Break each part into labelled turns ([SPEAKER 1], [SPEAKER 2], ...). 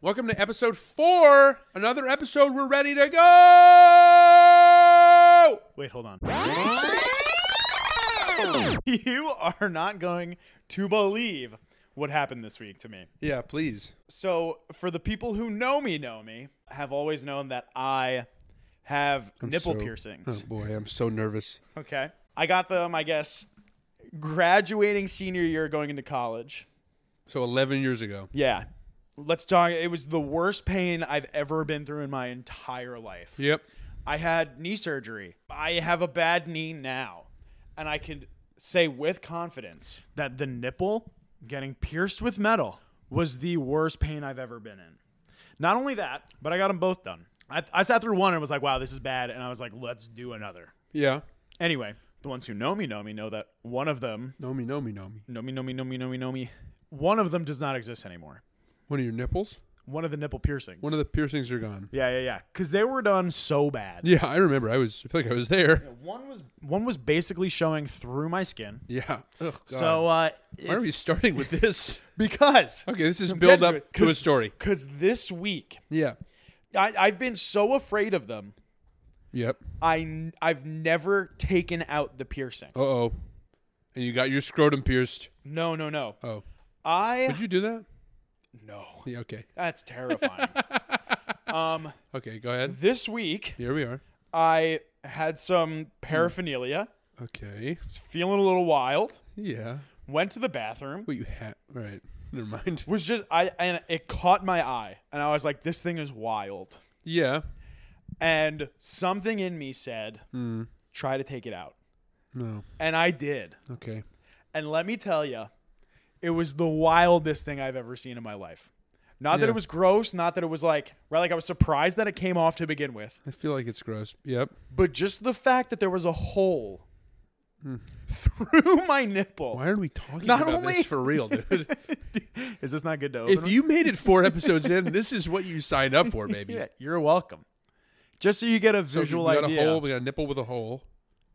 [SPEAKER 1] welcome to episode four. Another episode. We're ready to go.
[SPEAKER 2] Wait, hold on. You are not going to believe what happened this week to me.
[SPEAKER 1] Yeah, please.
[SPEAKER 2] So, for the people who know me, know me, have always known that I have nipple
[SPEAKER 1] So-
[SPEAKER 2] piercings.
[SPEAKER 1] Oh boy, I'm so nervous.
[SPEAKER 2] Okay. I got them, I guess, graduating senior year going into college.
[SPEAKER 1] So 11 years ago.
[SPEAKER 2] Yeah. Let's talk. It was the worst pain I've ever been through in my entire life.
[SPEAKER 1] Yep.
[SPEAKER 2] I had knee surgery. I have a bad knee now. And I can say with confidence that the nipple getting pierced with metal was the worst pain I've ever been in. Not only that, but I got them both done. I, I sat through one and was like, wow, this is bad. And I was like, let's do another.
[SPEAKER 1] Yeah.
[SPEAKER 2] Anyway, the ones who know me know me know that one of them,
[SPEAKER 1] Know me, know me, know me.
[SPEAKER 2] know me, know me, know me, know me, know me, one of them does not exist anymore.
[SPEAKER 1] One of your nipples?
[SPEAKER 2] One of the nipple piercings.
[SPEAKER 1] One of the piercings are gone.
[SPEAKER 2] yeah, yeah, yeah. Because they were done so bad.
[SPEAKER 1] Yeah, I remember. I was I feel like I was there.
[SPEAKER 2] One was one was basically showing through my skin.
[SPEAKER 1] Yeah. Ugh, God.
[SPEAKER 2] So uh,
[SPEAKER 1] why are we
[SPEAKER 2] it's-
[SPEAKER 1] starting with this?
[SPEAKER 2] because
[SPEAKER 1] Okay, this is
[SPEAKER 2] I'm
[SPEAKER 1] build
[SPEAKER 2] getting
[SPEAKER 1] up
[SPEAKER 2] it.
[SPEAKER 1] to a
[SPEAKER 2] 'Cause-
[SPEAKER 1] story.
[SPEAKER 2] Because this week
[SPEAKER 1] Yeah.
[SPEAKER 2] I, I've been so afraid of them.
[SPEAKER 1] Yep.
[SPEAKER 2] I n- I've never taken out the piercing.
[SPEAKER 1] Uh oh. And you got your scrotum pierced.
[SPEAKER 2] No, no, no.
[SPEAKER 1] Oh.
[SPEAKER 2] I
[SPEAKER 1] Did you do that?
[SPEAKER 2] no.
[SPEAKER 1] Yeah, okay.
[SPEAKER 2] That's terrifying. um,
[SPEAKER 1] Okay, go ahead.
[SPEAKER 2] this week
[SPEAKER 1] Here we are.
[SPEAKER 2] I had some paraphernalia.
[SPEAKER 1] Okay.
[SPEAKER 2] Was feeling a little wild.
[SPEAKER 1] Yeah.
[SPEAKER 2] Went to the bathroom.
[SPEAKER 1] What you had. All right. Never mind.
[SPEAKER 2] Was just I and it caught my eye, and I was like, "This thing is wild."
[SPEAKER 1] Yeah.
[SPEAKER 2] And something in me said,
[SPEAKER 1] Hmm.
[SPEAKER 2] try to take it out.
[SPEAKER 1] No.
[SPEAKER 2] And I did.
[SPEAKER 1] Okay.
[SPEAKER 2] And let me tell you, it was the wildest thing I've ever seen in my life. Not that
[SPEAKER 1] Yeah.
[SPEAKER 2] it was gross, not that it was like, right? Like I was surprised that it came off to begin with,
[SPEAKER 1] I feel like it's gross. Yep.
[SPEAKER 2] but just the fact that there was a hole
[SPEAKER 1] Hmm.
[SPEAKER 2] through my nipple.
[SPEAKER 1] Why are we talking
[SPEAKER 2] Not
[SPEAKER 1] about
[SPEAKER 2] only-
[SPEAKER 1] this for real, dude?
[SPEAKER 2] Is this not good to open?
[SPEAKER 1] if you made it four episodes in, this is what you signed up for, baby.
[SPEAKER 2] yeah, you're welcome. Just so you get a
[SPEAKER 1] So
[SPEAKER 2] visual
[SPEAKER 1] we got
[SPEAKER 2] idea.
[SPEAKER 1] a hole. We got a nipple with a hole.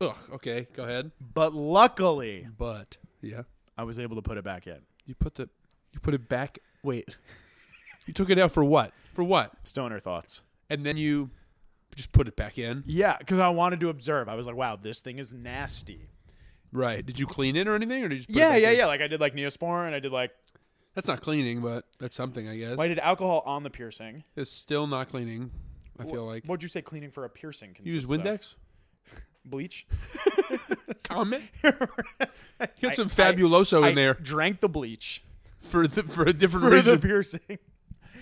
[SPEAKER 1] Ugh. Okay. Go ahead.
[SPEAKER 2] But luckily,
[SPEAKER 1] But yeah,
[SPEAKER 2] I was able to put it back in.
[SPEAKER 1] you put the you put it back. Wait. you took it out for what? For what?
[SPEAKER 2] Stoner thoughts.
[SPEAKER 1] And then you just put it back in.
[SPEAKER 2] Yeah, because I wanted to observe. I was like, wow, this thing is nasty.
[SPEAKER 1] Right. Did you clean it or anything, or did you? Just put it
[SPEAKER 2] yeah,
[SPEAKER 1] back
[SPEAKER 2] yeah,
[SPEAKER 1] in?
[SPEAKER 2] yeah. Like I did like Neosporin and I did like
[SPEAKER 1] That's not cleaning, but that's something, I guess.
[SPEAKER 2] well, I did alcohol on the piercing.
[SPEAKER 1] It's still not cleaning. I feel like.
[SPEAKER 2] What'd you say cleaning for a piercing
[SPEAKER 1] You use
[SPEAKER 2] consists
[SPEAKER 1] Windex.
[SPEAKER 2] of? Bleach.
[SPEAKER 1] Comment.
[SPEAKER 2] I-
[SPEAKER 1] Get some
[SPEAKER 2] I-
[SPEAKER 1] fabuloso
[SPEAKER 2] I
[SPEAKER 1] Oh, in there
[SPEAKER 2] Drank the bleach
[SPEAKER 1] for the, for a different
[SPEAKER 2] for the
[SPEAKER 1] reason.
[SPEAKER 2] piercing.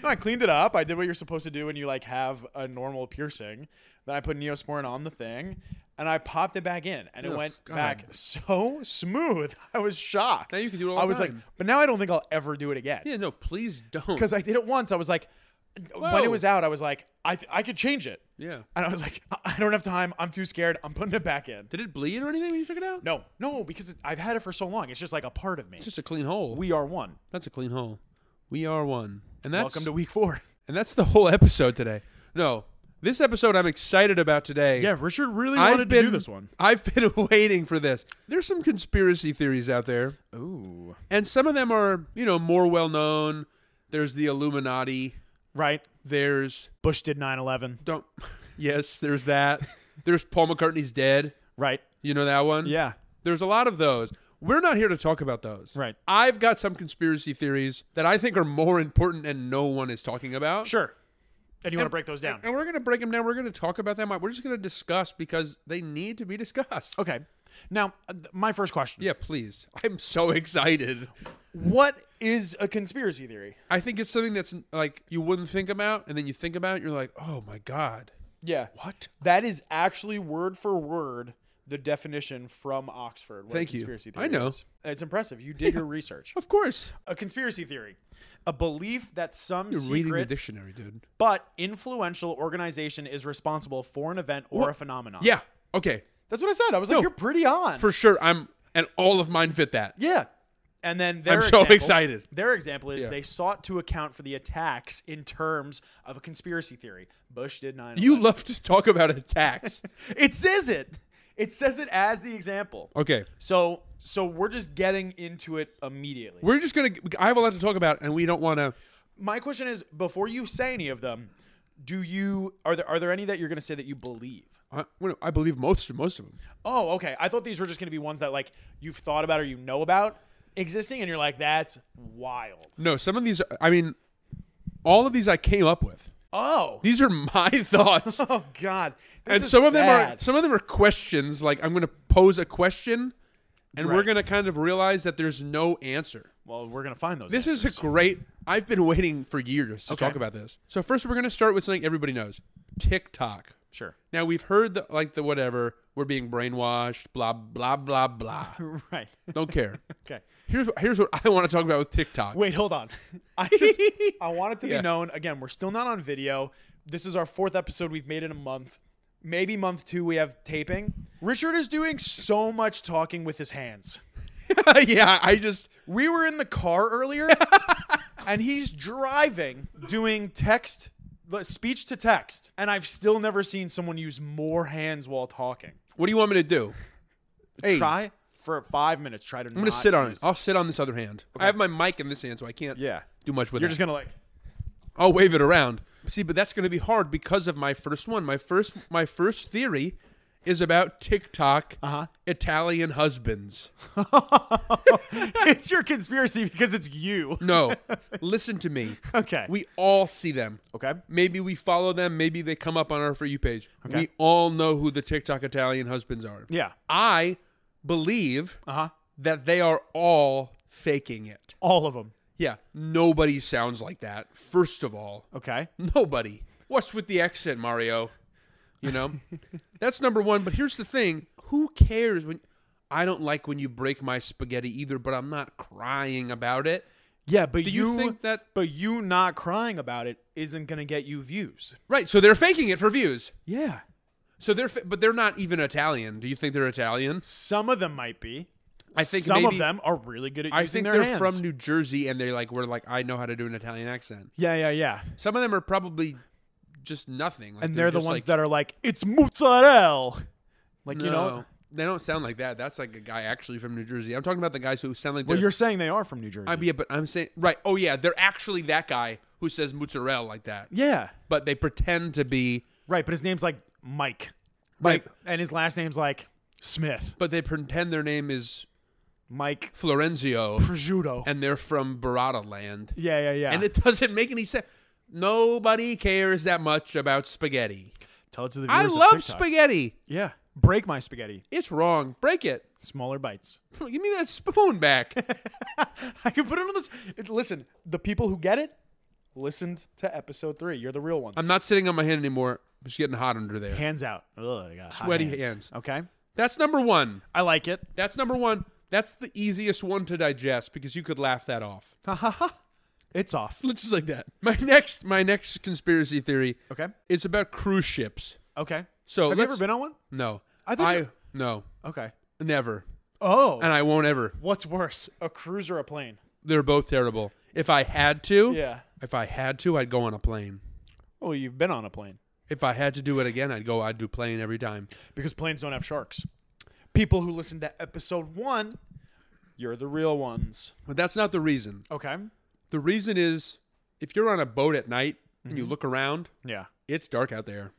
[SPEAKER 2] No, I cleaned it up. I did what you're supposed to do when you like have a normal piercing. Then I put Neosporin on the thing and I popped it back in and it
[SPEAKER 1] Ugh,
[SPEAKER 2] went
[SPEAKER 1] God.
[SPEAKER 2] back so smooth. I was shocked.
[SPEAKER 1] Now you can do it all
[SPEAKER 2] I
[SPEAKER 1] the
[SPEAKER 2] was like,
[SPEAKER 1] time.
[SPEAKER 2] but now I don't think I'll ever do it again.
[SPEAKER 1] yeah, no, please don't.
[SPEAKER 2] because I did it once. I was like, when it
[SPEAKER 1] Whoa.
[SPEAKER 2] was out, I was like, I th- I could change it,
[SPEAKER 1] Yeah.
[SPEAKER 2] and I was like, I- I don't have time. I'm too scared. I'm putting it back in.
[SPEAKER 1] Did it bleed or anything when you took it out?
[SPEAKER 2] No, no, because it, I've had it for so long. It's just like a part of me.
[SPEAKER 1] It's just a clean hole.
[SPEAKER 2] We are one.
[SPEAKER 1] that's a clean hole. We are one. And that's
[SPEAKER 2] Welcome to week four.
[SPEAKER 1] and that's the whole episode today. No. This episode I'm excited about today.
[SPEAKER 2] Yeah, Richard really
[SPEAKER 1] I've
[SPEAKER 2] wanted
[SPEAKER 1] been
[SPEAKER 2] to do this one.
[SPEAKER 1] I've been waiting for this. There's some conspiracy theories out there.
[SPEAKER 2] Ooh,
[SPEAKER 1] And some of them are, you know, more well known. There's the Illuminati.
[SPEAKER 2] right.
[SPEAKER 1] There's
[SPEAKER 2] Bush did 9/11,
[SPEAKER 1] don't Yes, there's that. there's Paul McCartney's dead.
[SPEAKER 2] right?
[SPEAKER 1] You know that one?
[SPEAKER 2] Yeah,
[SPEAKER 1] There's a lot of those. We're not here to talk about those.
[SPEAKER 2] Right.
[SPEAKER 1] I've got some conspiracy theories that I think are more important and no one is talking about.
[SPEAKER 2] sure. And you want to break those down?
[SPEAKER 1] And we're going to break them down. We're going to talk about them. We're just going to discuss because they need to be discussed.
[SPEAKER 2] Okay. Now, uh, th- my first question:
[SPEAKER 1] Yeah, please. I'm so excited.
[SPEAKER 2] What is a conspiracy theory?
[SPEAKER 1] I think it's something that's like you wouldn't think about and then you think about it, you're like, "Oh my god.
[SPEAKER 2] Yeah.
[SPEAKER 1] What?"
[SPEAKER 2] That is actually word for word the definition from Oxford. What a
[SPEAKER 1] Thank you.
[SPEAKER 2] conspiracy
[SPEAKER 1] I
[SPEAKER 2] Theory
[SPEAKER 1] know.
[SPEAKER 2] is. It's impressive. You did your research.
[SPEAKER 1] Of course.
[SPEAKER 2] A conspiracy theory, a belief that some
[SPEAKER 1] You're reading the
[SPEAKER 2] secret
[SPEAKER 1] dictionary, dude.
[SPEAKER 2] but influential organization is responsible for an event or a phenomenon.
[SPEAKER 1] Yeah. Okay.
[SPEAKER 2] that's what I said. I was like, you're pretty on.
[SPEAKER 1] For sure I'm and all of mine fit that.
[SPEAKER 2] yeah. And then their
[SPEAKER 1] I'm so
[SPEAKER 2] example-
[SPEAKER 1] excited.
[SPEAKER 2] Their example is
[SPEAKER 1] Yeah.
[SPEAKER 2] they sought to account for the attacks in terms of a conspiracy theory. Bush did nine.
[SPEAKER 1] You love to talk about attacks.
[SPEAKER 2] it says it. It says it as the example.
[SPEAKER 1] okay.
[SPEAKER 2] So so we're just getting into it immediately.
[SPEAKER 1] We're just gonna. I have a lot to talk about, and we don't want to.
[SPEAKER 2] my question is before you say any of them, do you are there are there any that you're going to say that you believe?
[SPEAKER 1] I, well, I believe most most of them.
[SPEAKER 2] Oh, okay. I thought these were just going to be ones that like you've thought about or you know about existing and you're like that's wild.
[SPEAKER 1] No, some of these. I mean, all of these I came up with.
[SPEAKER 2] Oh.
[SPEAKER 1] These are my thoughts,
[SPEAKER 2] Oh god. This
[SPEAKER 1] and
[SPEAKER 2] is
[SPEAKER 1] some of them
[SPEAKER 2] bad.
[SPEAKER 1] are some of them are questions. Like I'm going to pose a question, and we're
[SPEAKER 2] Right.
[SPEAKER 1] going to kind of realize that there's no answer.
[SPEAKER 2] Well, we're going to find those.
[SPEAKER 1] This is a great. I've been waiting for years to talk about this. So first, we're going to start with something everybody knows: TikTok.
[SPEAKER 2] sure.
[SPEAKER 1] Now we've heard the like the whatever we're being brainwashed, blah blah blah blah.
[SPEAKER 2] Right.
[SPEAKER 1] Don't care.
[SPEAKER 2] okay.
[SPEAKER 1] Here's here's what I want to talk about with TikTok.
[SPEAKER 2] Wait, hold on. I just I want it to
[SPEAKER 1] Yeah.
[SPEAKER 2] be known again. We're still not on video. This is our fourth episode we've made in a month. Maybe month two we have taping. Richard is doing so much talking with his hands.
[SPEAKER 1] yeah, I just
[SPEAKER 2] We were in the car earlier, and he's driving, doing text, the speech to text, and I've still never seen someone use more hands while talking.
[SPEAKER 1] what do you want me to do? Hey, I'm
[SPEAKER 2] Try for five minutes. Try to. I'm
[SPEAKER 1] gonna sit on it. I'll sit on this other hand. I have my mic in this hand, so I can't
[SPEAKER 2] yeah,
[SPEAKER 1] do much with
[SPEAKER 2] you're
[SPEAKER 1] it.
[SPEAKER 2] just gonna like.
[SPEAKER 1] I'll wave it around. See, but that's gonna be hard because of my first one. My first my first theory is about TikTok
[SPEAKER 2] Uh-huh.
[SPEAKER 1] Italian husbands.
[SPEAKER 2] it's your conspiracy because it's you.
[SPEAKER 1] No, listen to me.
[SPEAKER 2] Okay.
[SPEAKER 1] We all see them.
[SPEAKER 2] okay.
[SPEAKER 1] Maybe we follow them. Maybe they come up on our For You page. We all know who the TikTok Italian husbands are.
[SPEAKER 2] Yeah.
[SPEAKER 1] I believe
[SPEAKER 2] Uh huh.
[SPEAKER 1] that they are all faking it.
[SPEAKER 2] All of them.
[SPEAKER 1] Yeah. Nobody sounds like that, first of all.
[SPEAKER 2] Okay.
[SPEAKER 1] Nobody. What's with the accent, Mario? You know? That's number one. But here's the thing who cares when. I don't like when you break my spaghetti either, but I'm not crying about it.
[SPEAKER 2] Yeah, but
[SPEAKER 1] Do you think that
[SPEAKER 2] but you not crying about it isn't gonna get you views.
[SPEAKER 1] Right, so they're faking it for views.
[SPEAKER 2] Yeah.
[SPEAKER 1] So they're, fa- but they're not even Italian. Do you think they're Italian?
[SPEAKER 2] Some of them might be.
[SPEAKER 1] I think
[SPEAKER 2] some
[SPEAKER 1] maybe-
[SPEAKER 2] of them are really good at using
[SPEAKER 1] I think
[SPEAKER 2] their
[SPEAKER 1] they're
[SPEAKER 2] hands.
[SPEAKER 1] from New Jersey, and they like were like, I know how to do an Italian accent.
[SPEAKER 2] Yeah, yeah, yeah.
[SPEAKER 1] Some of them are probably just nothing. Like,
[SPEAKER 2] And they're, the
[SPEAKER 1] just,
[SPEAKER 2] ones
[SPEAKER 1] like,
[SPEAKER 2] that are like, it's mozzarella. Like,
[SPEAKER 1] no,
[SPEAKER 2] you know,
[SPEAKER 1] they don't sound like that. That's like a guy actually from New Jersey. I'm talking about the guys who sound like.
[SPEAKER 2] well,
[SPEAKER 1] they're-
[SPEAKER 2] you're saying they are from New Jersey.
[SPEAKER 1] I, yeah, but I'm saying right. Oh yeah, they're actually that guy who says mozzarella like that,
[SPEAKER 2] yeah.
[SPEAKER 1] but they pretend to be.
[SPEAKER 2] Right, but his name's like Mike.
[SPEAKER 1] Right.
[SPEAKER 2] Like, and his last name's like Smith.
[SPEAKER 1] But they pretend their name is
[SPEAKER 2] Mike
[SPEAKER 1] Florenzio,
[SPEAKER 2] Prosciutto.
[SPEAKER 1] and they're from Barada land.
[SPEAKER 2] yeah, yeah, yeah.
[SPEAKER 1] and it doesn't make any sense. Nobody cares that much about spaghetti.
[SPEAKER 2] Tell it to the viewers
[SPEAKER 1] I
[SPEAKER 2] of
[SPEAKER 1] love
[SPEAKER 2] TikTok.
[SPEAKER 1] spaghetti.
[SPEAKER 2] Yeah. Break my spaghetti.
[SPEAKER 1] It's wrong. Break it.
[SPEAKER 2] Smaller bites.
[SPEAKER 1] Give me that spoon back.
[SPEAKER 2] I can put it on this. it- Listen, the people who get it listened to episode three. You're the real ones.
[SPEAKER 1] I'm not sitting on my hand anymore. It's getting hot under there.
[SPEAKER 2] hands out. Ugh, I got hot
[SPEAKER 1] Sweaty hands.
[SPEAKER 2] Okay,
[SPEAKER 1] That's number one.
[SPEAKER 2] I like it.
[SPEAKER 1] That's number one. That's the easiest one to digest because you could laugh that off.
[SPEAKER 2] Ha ha ha. It's off.
[SPEAKER 1] Let's just like that. My next, my next conspiracy theory
[SPEAKER 2] Okay.
[SPEAKER 1] is about cruise ships.
[SPEAKER 2] Okay.
[SPEAKER 1] So
[SPEAKER 2] Have you
[SPEAKER 1] let's-
[SPEAKER 2] ever been on one?
[SPEAKER 1] No,
[SPEAKER 2] I thought
[SPEAKER 1] I
[SPEAKER 2] you-
[SPEAKER 1] no,
[SPEAKER 2] Okay.
[SPEAKER 1] never,
[SPEAKER 2] Oh.
[SPEAKER 1] and I won't ever.
[SPEAKER 2] What's worse, a cruise or a plane?
[SPEAKER 1] They're both terrible. If I had to,
[SPEAKER 2] Yeah.
[SPEAKER 1] If I had to, I'd go on a plane.
[SPEAKER 2] Well, you've been on a plane
[SPEAKER 1] If I had to do it again, I'd go. I'd do plane every time.
[SPEAKER 2] because planes don't have sharks. People who listen to episode one, you're the real ones.
[SPEAKER 1] But that's not the reason.
[SPEAKER 2] Okay.
[SPEAKER 1] The reason is if you're on a boat at night and you
[SPEAKER 2] Mm-hmm.
[SPEAKER 1] look around,
[SPEAKER 2] Yeah.
[SPEAKER 1] it's dark out there.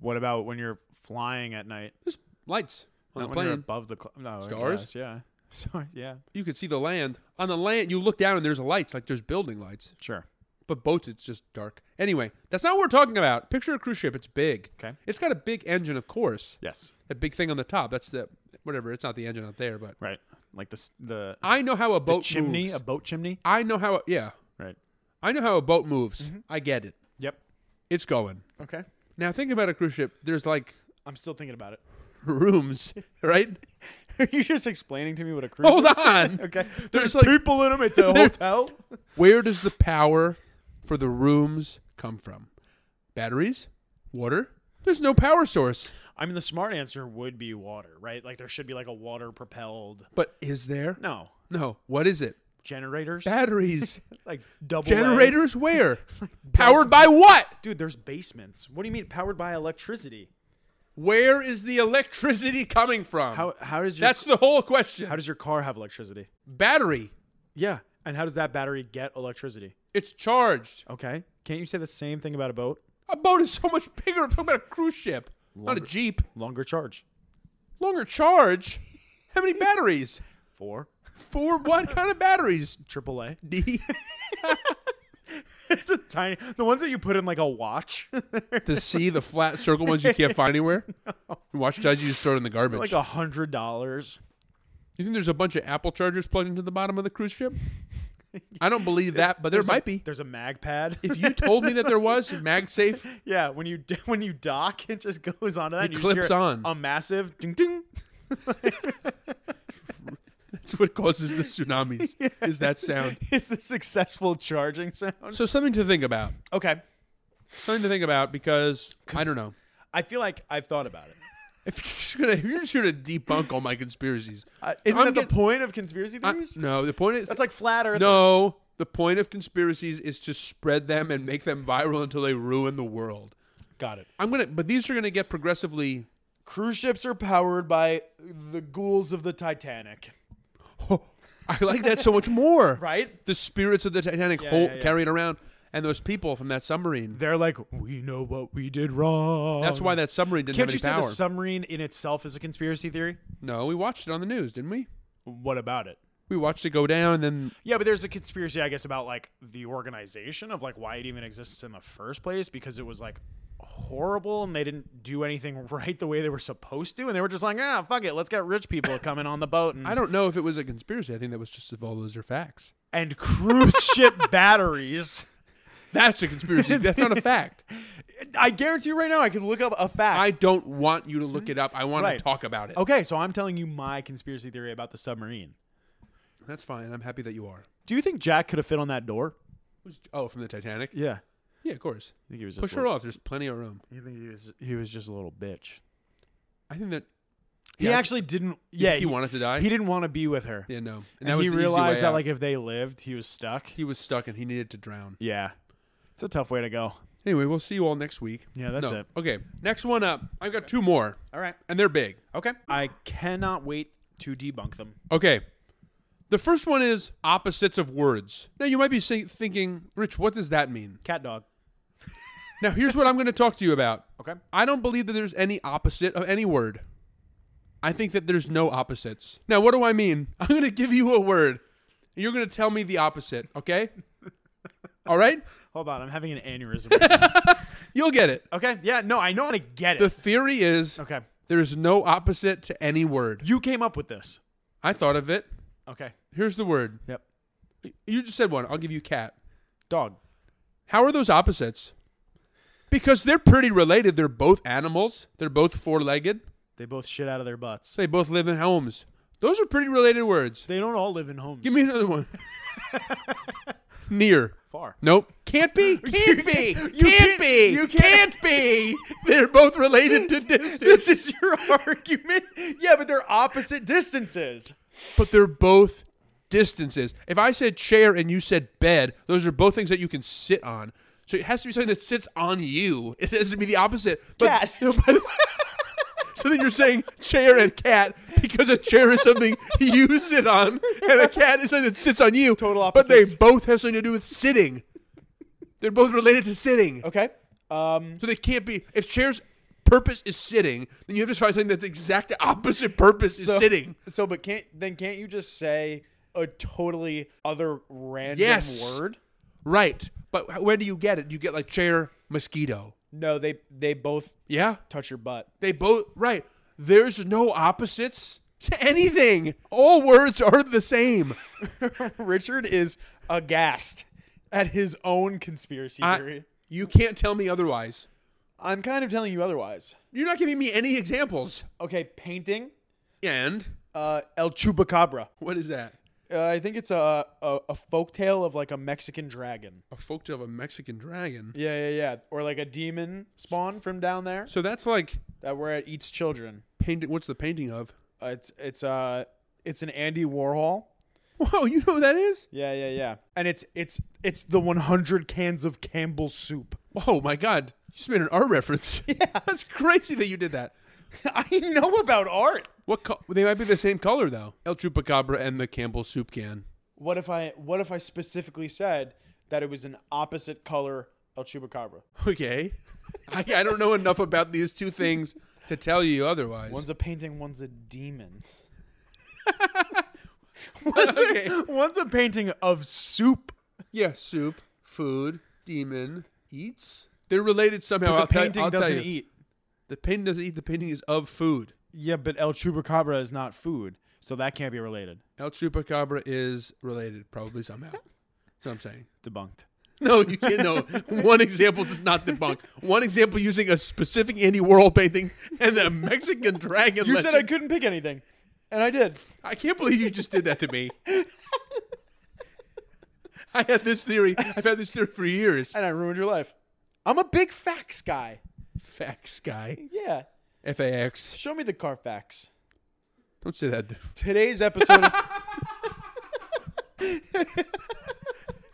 [SPEAKER 2] What about when you're flying at night?
[SPEAKER 1] There's lights on
[SPEAKER 2] Not
[SPEAKER 1] the
[SPEAKER 2] when you're
[SPEAKER 1] plane.
[SPEAKER 2] above the cl- no, I
[SPEAKER 1] Stars?
[SPEAKER 2] guess, yeah. Stars, yeah.
[SPEAKER 1] You could see the land. On the land, you look down and there's lights, like there's building lights.
[SPEAKER 2] Sure.
[SPEAKER 1] But boats, it's just dark. Anyway, that's not what we're talking about. Picture a cruise ship. It's big.
[SPEAKER 2] Okay.
[SPEAKER 1] It's got a big engine, of course.
[SPEAKER 2] Yes.
[SPEAKER 1] That big thing on the top. That's the whatever. It's not the engine up there, but
[SPEAKER 2] Right. Like the s- the
[SPEAKER 1] I know how a Ah, boat
[SPEAKER 2] chimney,
[SPEAKER 1] moves.
[SPEAKER 2] a boat chimney.
[SPEAKER 1] I know how. yeah,
[SPEAKER 2] Right.
[SPEAKER 1] I know how a boat moves.
[SPEAKER 2] Mm-hmm.
[SPEAKER 1] I get it.
[SPEAKER 2] Yep.
[SPEAKER 1] It's going.
[SPEAKER 2] Okay.
[SPEAKER 1] Now think about a cruise ship. There's like
[SPEAKER 2] I'm still thinking about it.
[SPEAKER 1] rooms, right?
[SPEAKER 2] Are you just explaining to me what a cruise
[SPEAKER 1] Hold
[SPEAKER 2] is?
[SPEAKER 1] on.
[SPEAKER 2] okay.
[SPEAKER 1] There's
[SPEAKER 2] There's,
[SPEAKER 1] like-
[SPEAKER 2] people in them. It's a
[SPEAKER 1] There's-
[SPEAKER 2] hotel.
[SPEAKER 1] Where does the power for the rooms come from? Batteries? Water? There's no power source.
[SPEAKER 2] I mean, the smart answer would be water, right? Like there should be like a water propelled.
[SPEAKER 1] But is there?
[SPEAKER 2] No.
[SPEAKER 1] No. What is it?
[SPEAKER 2] Generators.
[SPEAKER 1] Batteries.
[SPEAKER 2] like double A.
[SPEAKER 1] Generators where? Powered by what?
[SPEAKER 2] Dude, there's basements. What do you mean powered by electricity?
[SPEAKER 1] Where is the electricity coming from?
[SPEAKER 2] How how does your
[SPEAKER 1] That's the whole question.
[SPEAKER 2] how does your car have electricity?
[SPEAKER 1] Battery.
[SPEAKER 2] Yeah. And how does that battery get electricity?
[SPEAKER 1] It's charged.
[SPEAKER 2] Okay. Can't you say the same thing about a boat?
[SPEAKER 1] A boat is so much bigger. I'm talking about a cruise ship,
[SPEAKER 2] Longer.
[SPEAKER 1] not a jeep.
[SPEAKER 2] Longer charge.
[SPEAKER 1] Longer charge. How many batteries?
[SPEAKER 2] Four.
[SPEAKER 1] For what kind of batteries?
[SPEAKER 2] Triple A.
[SPEAKER 1] D.
[SPEAKER 2] It's the tiny, the ones that you put in like a watch,
[SPEAKER 1] to see the flat circle ones you can't find anywhere. Watch does you just throw it in the garbage.
[SPEAKER 2] like a hundred dollars.
[SPEAKER 1] you think there's a bunch of Apple chargers plugged into the bottom of the cruise ship? I don't believe that, but there
[SPEAKER 2] There's a-
[SPEAKER 1] might be.
[SPEAKER 2] There's a mag pad.
[SPEAKER 1] If you told me that there was MagSafe,
[SPEAKER 2] yeah, when you d- when you dock, it just goes onto that. and you just
[SPEAKER 1] clips
[SPEAKER 2] hear
[SPEAKER 1] on.
[SPEAKER 2] a massive ding ding.
[SPEAKER 1] that's what causes the tsunamis. Is that sound?
[SPEAKER 2] Is the successful charging sound?
[SPEAKER 1] So something to think about.
[SPEAKER 2] Okay,
[SPEAKER 1] Something to think about because I don't know.
[SPEAKER 2] I feel like I've thought about it.
[SPEAKER 1] If you're just gonna, if you're just gonna debunk all my conspiracies,
[SPEAKER 2] Uh, isn't
[SPEAKER 1] I'm
[SPEAKER 2] that
[SPEAKER 1] get-
[SPEAKER 2] the point of conspiracy
[SPEAKER 1] I-
[SPEAKER 2] theories?
[SPEAKER 1] no. The point is,
[SPEAKER 2] That's like flat earth.
[SPEAKER 1] no. The point of conspiracies is to spread them and make them viral until they ruin the world.
[SPEAKER 2] got it.
[SPEAKER 1] I'm gonna, but these are gonna get progressively.
[SPEAKER 2] Cruise ships are powered by the ghouls of the Titanic,
[SPEAKER 1] I like that so much more.
[SPEAKER 2] right?
[SPEAKER 1] The spirits of the Titanic
[SPEAKER 2] Yeah,
[SPEAKER 1] hol-
[SPEAKER 2] yeah, yeah.
[SPEAKER 1] carried around, and those people from that submarine.
[SPEAKER 2] They're like, we know what we did wrong.
[SPEAKER 1] That's why that submarine didn't
[SPEAKER 2] Oh. Can't you
[SPEAKER 1] have
[SPEAKER 2] say
[SPEAKER 1] any
[SPEAKER 2] the
[SPEAKER 1] power.
[SPEAKER 2] submarine in itself is a conspiracy theory?
[SPEAKER 1] no, we watched it on the news, didn't we?
[SPEAKER 2] What about it?
[SPEAKER 1] We watched it go down, and then
[SPEAKER 2] Yeah, but there's a conspiracy, I guess, about like the organization of like why it even exists in the first place because it was like horrible and they didn't do anything right the way they were supposed to, and they were just like, ah, fuck it, let's get rich people coming on the boat and
[SPEAKER 1] I don't know if it was a conspiracy. I think that was just if all those are facts.
[SPEAKER 2] and cruise ship batteries.
[SPEAKER 1] That's a conspiracy. That's not a fact.
[SPEAKER 2] I guarantee you right now, I could look up a fact.
[SPEAKER 1] I don't want you to look it up. I want
[SPEAKER 2] Right.
[SPEAKER 1] to talk about it.
[SPEAKER 2] okay, so I'm telling you my conspiracy theory about the submarine.
[SPEAKER 1] That's fine. I'm happy that you are.
[SPEAKER 2] Do you think Jack could have fit on that door?
[SPEAKER 1] Who's- Oh, from the Titanic?
[SPEAKER 2] Yeah,
[SPEAKER 1] Yeah, of course.
[SPEAKER 2] I think he was just
[SPEAKER 1] Push
[SPEAKER 2] a
[SPEAKER 1] her
[SPEAKER 2] little,
[SPEAKER 1] off. There's plenty of room.
[SPEAKER 2] You think he was he was just a little bitch.
[SPEAKER 1] I think that
[SPEAKER 2] He
[SPEAKER 1] Yeah, I-
[SPEAKER 2] actually didn't. Yeah,
[SPEAKER 1] he, wanted to die.
[SPEAKER 2] He didn't want to be with her.
[SPEAKER 1] yeah, no.
[SPEAKER 2] And,
[SPEAKER 1] that was
[SPEAKER 2] he
[SPEAKER 1] the easy way
[SPEAKER 2] realized that
[SPEAKER 1] out.
[SPEAKER 2] like if they lived, he was stuck.
[SPEAKER 1] he was stuck and he needed to drown.
[SPEAKER 2] Yeah. It's a tough way to go.
[SPEAKER 1] Anyway, we'll see you all next week.
[SPEAKER 2] Yeah, that's
[SPEAKER 1] No.
[SPEAKER 2] it.
[SPEAKER 1] Okay, next one up. I've got two more,
[SPEAKER 2] All right.
[SPEAKER 1] and they're big.
[SPEAKER 2] Okay. I cannot wait to debunk them.
[SPEAKER 1] Okay. The first one is opposites of words. Now, you might be say- thinking, Rich, what does that mean?
[SPEAKER 2] Cat dog.
[SPEAKER 1] Now, here's what I'm going to talk to you about.
[SPEAKER 2] Okay.
[SPEAKER 1] I don't believe that there's any opposite of any word. I think that there's no opposites. Now, what do I mean? I'm going to give you a word, and you're going to tell me the opposite, okay? All right?
[SPEAKER 2] Hold on. I'm having an aneurysm. right now.
[SPEAKER 1] You'll get it.
[SPEAKER 2] okay. Yeah. No, I know how to get it.
[SPEAKER 1] The theory is
[SPEAKER 2] okay.
[SPEAKER 1] there is no opposite to any word.
[SPEAKER 2] You came up with this.
[SPEAKER 1] I thought of it.
[SPEAKER 2] Okay.
[SPEAKER 1] Here's the word.
[SPEAKER 2] Yep.
[SPEAKER 1] You just said one. I'll give you cat.
[SPEAKER 2] Dog.
[SPEAKER 1] How are those opposites? Because they're pretty related. They're both animals. They're both four-legged.
[SPEAKER 2] They both shit out of their butts.
[SPEAKER 1] They both live in homes. Those are pretty related words.
[SPEAKER 2] They don't all live in homes.
[SPEAKER 1] Give me another one. Near.
[SPEAKER 2] far.
[SPEAKER 1] Nope. Can't be. Can't be. can't,
[SPEAKER 2] can't-
[SPEAKER 1] be.
[SPEAKER 2] you
[SPEAKER 1] can't be. They're both related to distance,
[SPEAKER 2] This is your argument. Yeah, but they're opposite distances.
[SPEAKER 1] but they're both distances. If I said chair and you said bed, those are both things that you can sit on. So it has to be something that sits on you. It has to be the opposite. But,
[SPEAKER 2] Cat.
[SPEAKER 1] No, but- so then you're saying chair and cat because a chair is something you sit on and a cat is something that sits on you.
[SPEAKER 2] Total
[SPEAKER 1] But
[SPEAKER 2] opposites.
[SPEAKER 1] they both have something to do with sitting. They're both related to sitting.
[SPEAKER 2] Okay. Um,
[SPEAKER 1] So they can't be. If chair's purpose is sitting, then you have to find something that's exact opposite purpose is
[SPEAKER 2] So-
[SPEAKER 1] sitting.
[SPEAKER 2] So, but can't then can't you just say a totally other random
[SPEAKER 1] Yes.
[SPEAKER 2] word?
[SPEAKER 1] Right. But h- where do you get it? You get like chair mosquito.
[SPEAKER 2] No, they they both
[SPEAKER 1] Yeah.
[SPEAKER 2] touch your butt.
[SPEAKER 1] They both right. There's no opposites to anything. All words are the same.
[SPEAKER 2] Richard is aghast at his own conspiracy
[SPEAKER 1] I,
[SPEAKER 2] theory.
[SPEAKER 1] you can't tell me otherwise.
[SPEAKER 2] I'm kind of telling you otherwise.
[SPEAKER 1] You're not giving me any examples.
[SPEAKER 2] Okay, painting.
[SPEAKER 1] And
[SPEAKER 2] Uh, El Chupacabra.
[SPEAKER 1] what is that?
[SPEAKER 2] Uh, I think it's a, a a folktale of like a Mexican dragon.
[SPEAKER 1] A folktale of a Mexican dragon.
[SPEAKER 2] Yeah, yeah, yeah. Or like a demon spawn from down there
[SPEAKER 1] So that's like
[SPEAKER 2] that where it eats children.
[SPEAKER 1] painting. What's the painting of?
[SPEAKER 2] Uh, it's it's uh it's an Andy Warhol.
[SPEAKER 1] Whoa, you know what that is?
[SPEAKER 2] Yeah, yeah, yeah. And it's it's it's the 100 cans of Campbell's soup.
[SPEAKER 1] Whoa, Oh my God. You just made an art reference. Yeah. That's crazy that you did that.
[SPEAKER 2] I know about art.
[SPEAKER 1] What co- They might be the same color, though. El Chupacabra and the Campbell soup can.
[SPEAKER 2] What if I what if I specifically said that it was an opposite color El Chupacabra.
[SPEAKER 1] Okay. I, I don't know enough about these two things to tell you otherwise.
[SPEAKER 2] One's a painting, one's a demon.
[SPEAKER 1] Okay.
[SPEAKER 2] one's a painting of soup.
[SPEAKER 1] yeah, soup, food, demon, eats. They're related somehow.
[SPEAKER 2] But
[SPEAKER 1] I'll
[SPEAKER 2] the
[SPEAKER 1] tell-
[SPEAKER 2] painting
[SPEAKER 1] I'll tell
[SPEAKER 2] doesn't
[SPEAKER 1] you.
[SPEAKER 2] eat.
[SPEAKER 1] The painting doesn't eat. The painting is of food.
[SPEAKER 2] Yeah, but El Chupacabra is not food, so that can't be related.
[SPEAKER 1] El Chupacabra is related, probably somehow. That's what I'm saying.
[SPEAKER 2] Debunked.
[SPEAKER 1] No, you can't. No, one example does not debunk. One example using a specific Andy Warhol painting and a Mexican dragon.
[SPEAKER 2] You
[SPEAKER 1] legend.
[SPEAKER 2] said I couldn't pick anything, and I did.
[SPEAKER 1] I can't believe you just did that to me. I had this theory. I've had this theory for years.
[SPEAKER 2] And I ruined your life. I'm a big facts guy.
[SPEAKER 1] Facts guy.
[SPEAKER 2] Yeah.
[SPEAKER 1] F A X.
[SPEAKER 2] Show me the Carfax.
[SPEAKER 1] Don't say that.
[SPEAKER 2] Today's episode. of-